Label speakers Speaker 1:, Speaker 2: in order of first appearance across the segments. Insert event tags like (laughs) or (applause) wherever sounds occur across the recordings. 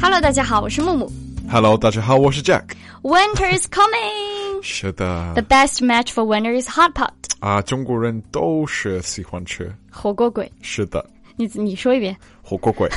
Speaker 1: Hello，大家好，我是木木。
Speaker 2: Hello，大家好，我是 Jack。
Speaker 1: Winter is coming.
Speaker 2: 是的
Speaker 1: The best match for winter is hot pot.
Speaker 2: 啊，中国人都是喜欢吃。 (laughs)
Speaker 1: 火锅鬼，
Speaker 2: 是的，
Speaker 1: 你你说一遍，
Speaker 2: 火锅鬼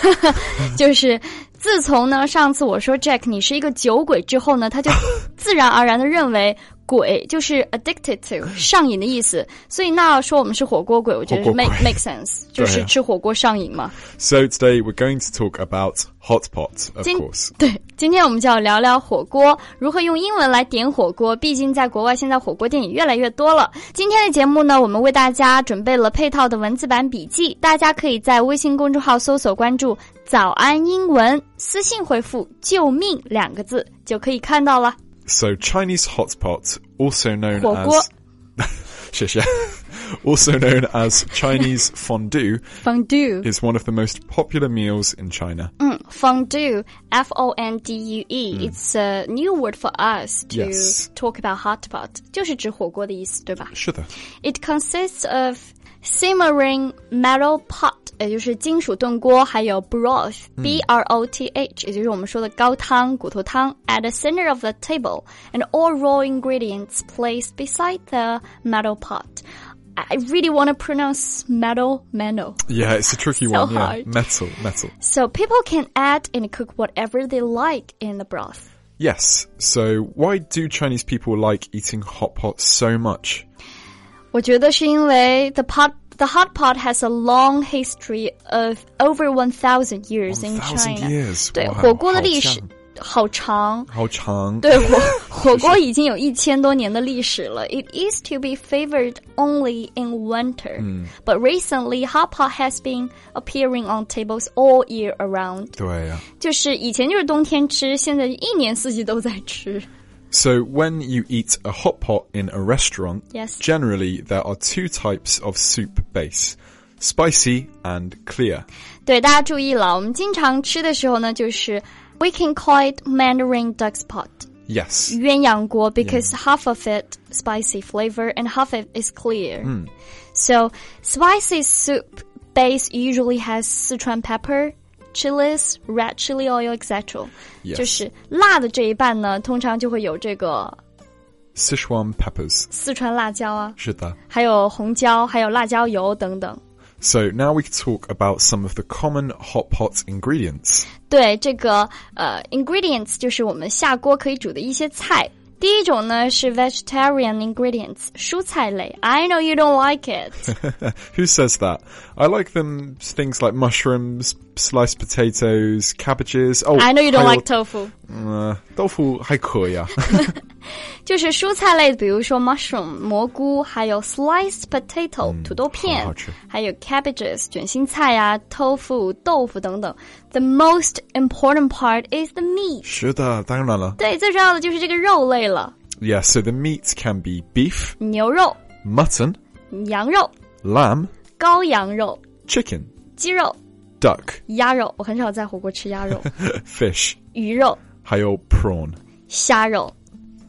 Speaker 1: 就是自从呢上次我说 Jack 你是一个酒鬼之后呢，他
Speaker 2: (laughs)
Speaker 1: 就自然而然的认为鬼就是 addicted to 上瘾的意思，所以那要说我们是火锅鬼，我觉得
Speaker 2: 火锅鬼啊
Speaker 1: make make sense，就是吃火锅上瘾嘛。
Speaker 2: (laughs) So today we're going to talk about hot pot, of
Speaker 1: 今
Speaker 2: course.
Speaker 1: 对，今天我们就要聊聊火锅，如何用英文来点火锅。毕竟在国外，现在火锅店也越来越多了。今天的节目呢，我们为大家准备了配套的文字版笔记，大家可以在微信公众号搜索关注“早安英文”，私信回复“救命”两个字就可以看到了。
Speaker 2: So Chinese hot pot, also known
Speaker 1: 火锅
Speaker 2: as 谢 (laughs) 谢 also known as
Speaker 1: (laughs)
Speaker 2: Chinese fondue,
Speaker 1: fondue，
Speaker 2: is one of the most popular meals in China.
Speaker 1: 嗯，fondue，f o n d u e，it's a new word for us to
Speaker 2: Yes
Speaker 1: talk about hot pot，就是指火锅的意思，对吧？
Speaker 2: 是的，
Speaker 1: It consists of simmering metal pot，也就是金属炖锅，还有 broth，b、r o t h，也就是我们说的高汤、骨头汤。At the center of the table, and all raw ingredients placed beside the metal pot. I really want to pronounce metal mano.
Speaker 2: Yeah, it's a tricky
Speaker 1: So
Speaker 2: one. Yeah,
Speaker 1: hard.
Speaker 2: metal, metal.
Speaker 1: So people can add and cook whatever they like in the broth.
Speaker 2: Yes. So why do Chinese people like eating hot pot so much?
Speaker 1: 我觉得是因为 the pot the hot pot has a long history of over 1,000 years in
Speaker 2: thousand
Speaker 1: China.
Speaker 2: years，
Speaker 1: 对，
Speaker 2: 哇，
Speaker 1: 火锅的历史
Speaker 2: 好强。
Speaker 1: 好长。(laughs)
Speaker 2: How Chang.
Speaker 1: 对 (laughs) 火火锅已经有一千多年的历史了。It used to be favored only in winter,、but recently hot pot has been appearing on tables all year around.
Speaker 2: 对啊。
Speaker 1: 就是以前就是冬天吃，现在一年四季都在吃。
Speaker 2: So when you eat a hot pot in a restaurant,
Speaker 1: Yes.
Speaker 2: generally there are two types of soup base. Spicy and clear.
Speaker 1: 对，大家注意了，我们经常吃的时候呢，就是 we can call it Mandarin duck's pot
Speaker 2: Yes.
Speaker 1: 鸳鸯锅 because half of it spicy flavor and half of it is clear. So spicy soup base usually has Sichuan pepper. Chilies, red chili oil, etc.
Speaker 2: Yes.
Speaker 1: 就是辣的这一半呢，通常就会有这个
Speaker 2: Sichuan peppers.
Speaker 1: 四川辣椒啊，
Speaker 2: Shida.
Speaker 1: 还有红椒，还有辣椒油等等。
Speaker 2: So now we can talk about some of the common hot pot ingredients.
Speaker 1: 对这个呃 ingredients 就是我们下锅可以煮的一些菜。第一种呢是 vegetarian ingredients 蔬菜类。I know you don't like it，
Speaker 2: Who says that? I like them things like mushrooms, sliced potatoes, cabbages. Oh,
Speaker 1: I know you don't
Speaker 2: 还有-
Speaker 1: like tofu，
Speaker 2: 嗯，豆腐还可
Speaker 1: (laughs)
Speaker 2: 以啊。
Speaker 1: 就是蔬菜类，比如说 mushroom 蘑菇，还有 sliced potato、土豆片
Speaker 2: 嗯好好吃，
Speaker 1: 还有 cabbages 卷心菜呀、tofu 豆腐等等。The most important part is the meat，
Speaker 2: 是的，当然了。
Speaker 1: 对，最重要的就是这个肉类了，
Speaker 2: Yeah, so the meat can be beef,
Speaker 1: 牛肉、
Speaker 2: mutton,
Speaker 1: 羊肉、
Speaker 2: lamb,
Speaker 1: 羔羊肉、
Speaker 2: chicken,
Speaker 1: 鸡肉、
Speaker 2: duck, (coughs)
Speaker 1: 鸭肉。我很少在火锅吃鸭
Speaker 2: (laughs)
Speaker 1: 肉。
Speaker 2: fish,
Speaker 1: 鱼肉、
Speaker 2: 还有 prawn。
Speaker 1: 虾肉，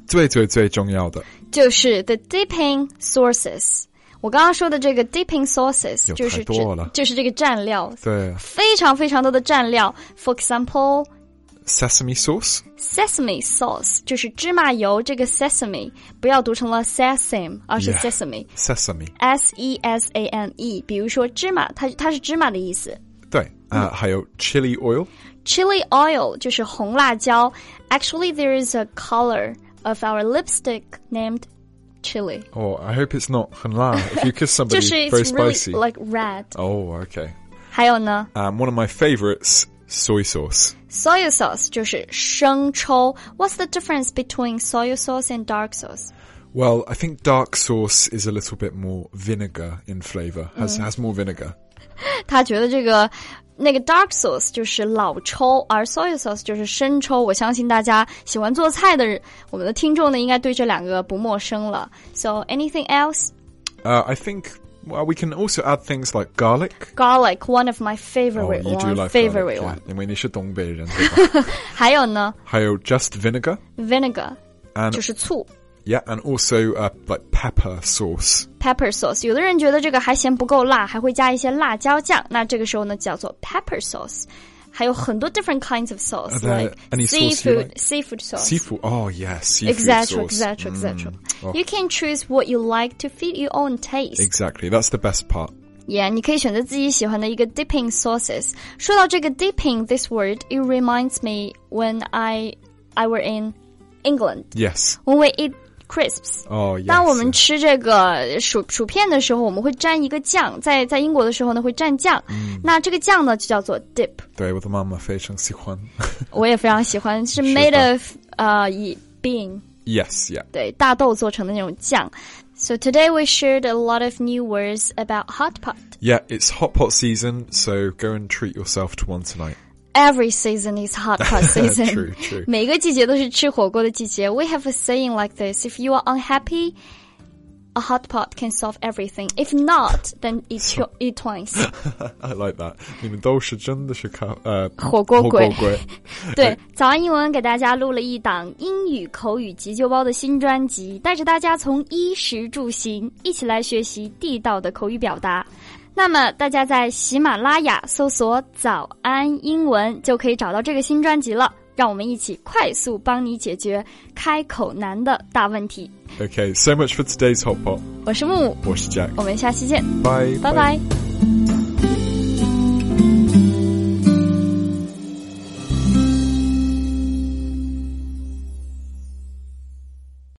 Speaker 2: 最最最重要的
Speaker 1: 就是 the dipping sauces。我刚刚说的这个 dipping sauces
Speaker 2: 有
Speaker 1: 就是
Speaker 2: 太多了
Speaker 1: 指就是这个蘸料，
Speaker 2: 对
Speaker 1: 非常非常多的蘸料。For example,
Speaker 2: sesame sauce,
Speaker 1: sesame sauce 就是芝麻油，这个 sesame 不要读成了 sesame，而是
Speaker 2: Yeah.
Speaker 1: sesame。
Speaker 2: sesame，
Speaker 1: S E S A M E，比如说芝麻，它它是芝麻的意思。
Speaker 2: 对啊、
Speaker 1: Hmm.
Speaker 2: 还有 Uh, chili oil，
Speaker 1: Chili oil 就是红辣椒。Actually, there is a color of our lipstick named chili.
Speaker 2: Oh, I hope it's not 很辣。
Speaker 1: (laughs)
Speaker 2: If you kiss
Speaker 1: 就
Speaker 2: somebody
Speaker 1: 是
Speaker 2: very
Speaker 1: it's really
Speaker 2: spicy.
Speaker 1: like red。
Speaker 2: Oh, okay.
Speaker 1: 还有呢
Speaker 2: Um, one of my favorites, soy sauce.
Speaker 1: ，soy sauce 就是生抽。What's the difference between soy sauce and dark sauce？
Speaker 2: Well, I think dark sauce is a little bit more vinegar in flavor. Has
Speaker 1: Hmm.
Speaker 2: has more vinegar.
Speaker 1: 他觉得这个那个 dark sauce 就是老抽，而 soy sauce 就是生抽。我相信大家喜欢做菜的人，我们的听众呢，应该对这两个不陌生了。So anything else?
Speaker 2: Uh, I think well, we can also add things like garlic.
Speaker 1: Garlic, one of my
Speaker 2: Oh,
Speaker 1: favorite
Speaker 2: you do
Speaker 1: one,
Speaker 2: like
Speaker 1: favorite one.
Speaker 2: garlic. Yeah. I mean, you should (laughs)
Speaker 1: 还有呢
Speaker 2: just vinegar
Speaker 1: ，vinegar
Speaker 2: and
Speaker 1: 就是醋
Speaker 2: yeah, and also uh, like pepper sauce.
Speaker 1: ，pepper sauce。有的人觉得这个还嫌不够辣，还会加一些辣椒酱，那这个时候呢，叫做 pepper sauce。还有很多 different kinds of sauce,
Speaker 2: Are there
Speaker 1: like
Speaker 2: any sauce you
Speaker 1: seafood,
Speaker 2: like?
Speaker 1: seafood sauce.
Speaker 2: Seafood. Oh yeah, seafood
Speaker 1: Exactly,
Speaker 2: sauce.
Speaker 1: exactly, exactly.
Speaker 2: Oh.
Speaker 1: You can choose what you like to fit your own taste.
Speaker 2: Exactly. That's the best part.
Speaker 1: Yeah, 你可以选择自己喜欢的一个 dipping sauces。说到这个 dipping this word, it reminds me when I I were in England
Speaker 2: Yes.
Speaker 1: when we eat crisps。
Speaker 2: Oh yes.
Speaker 1: 当我们
Speaker 2: yeah.
Speaker 1: 吃这个薯薯片的时候，我们会蘸一个酱，在在英国的时候呢会蘸酱，
Speaker 2: 嗯
Speaker 1: 那这个酱呢就叫做 dip。
Speaker 2: 对，我的妈妈非常喜欢。
Speaker 1: 我也非常喜欢，是
Speaker 2: (laughs) 是
Speaker 1: made
Speaker 2: 的
Speaker 1: of 呃以 bean
Speaker 2: (laughs) yes. Yeah.
Speaker 1: 对大豆做成的那种酱。So today we shared a lot of new words about hot pot.
Speaker 2: Yeah. It's hot pot season, so go and treat yourself to one tonight.
Speaker 1: Every season is (laughs) hot pot season.
Speaker 2: True, true.
Speaker 1: 每个季节都是吃火锅的季节。We have a saying like this: If you are unhappy, a hot pot can solve everything. If not, then eat your- eat twice.
Speaker 2: I like that. 你们都是真的是看呃
Speaker 1: (laughs) 火锅鬼。
Speaker 2: 火锅鬼。
Speaker 1: 对，早安英文给大家录了一档英语口语急救包的新专辑，带着大家从衣食住行一起来学习地道的口语表达。那么大家在喜马拉雅搜索“早安英文”就可以找到这个新专辑了。让我们一起快速帮你解决开口难的大问题。
Speaker 2: Okay. So much for today's hot pot.
Speaker 1: 我是木木，
Speaker 2: 我是 Jack.
Speaker 1: 我们下期见，
Speaker 2: Bye.
Speaker 1: 拜拜。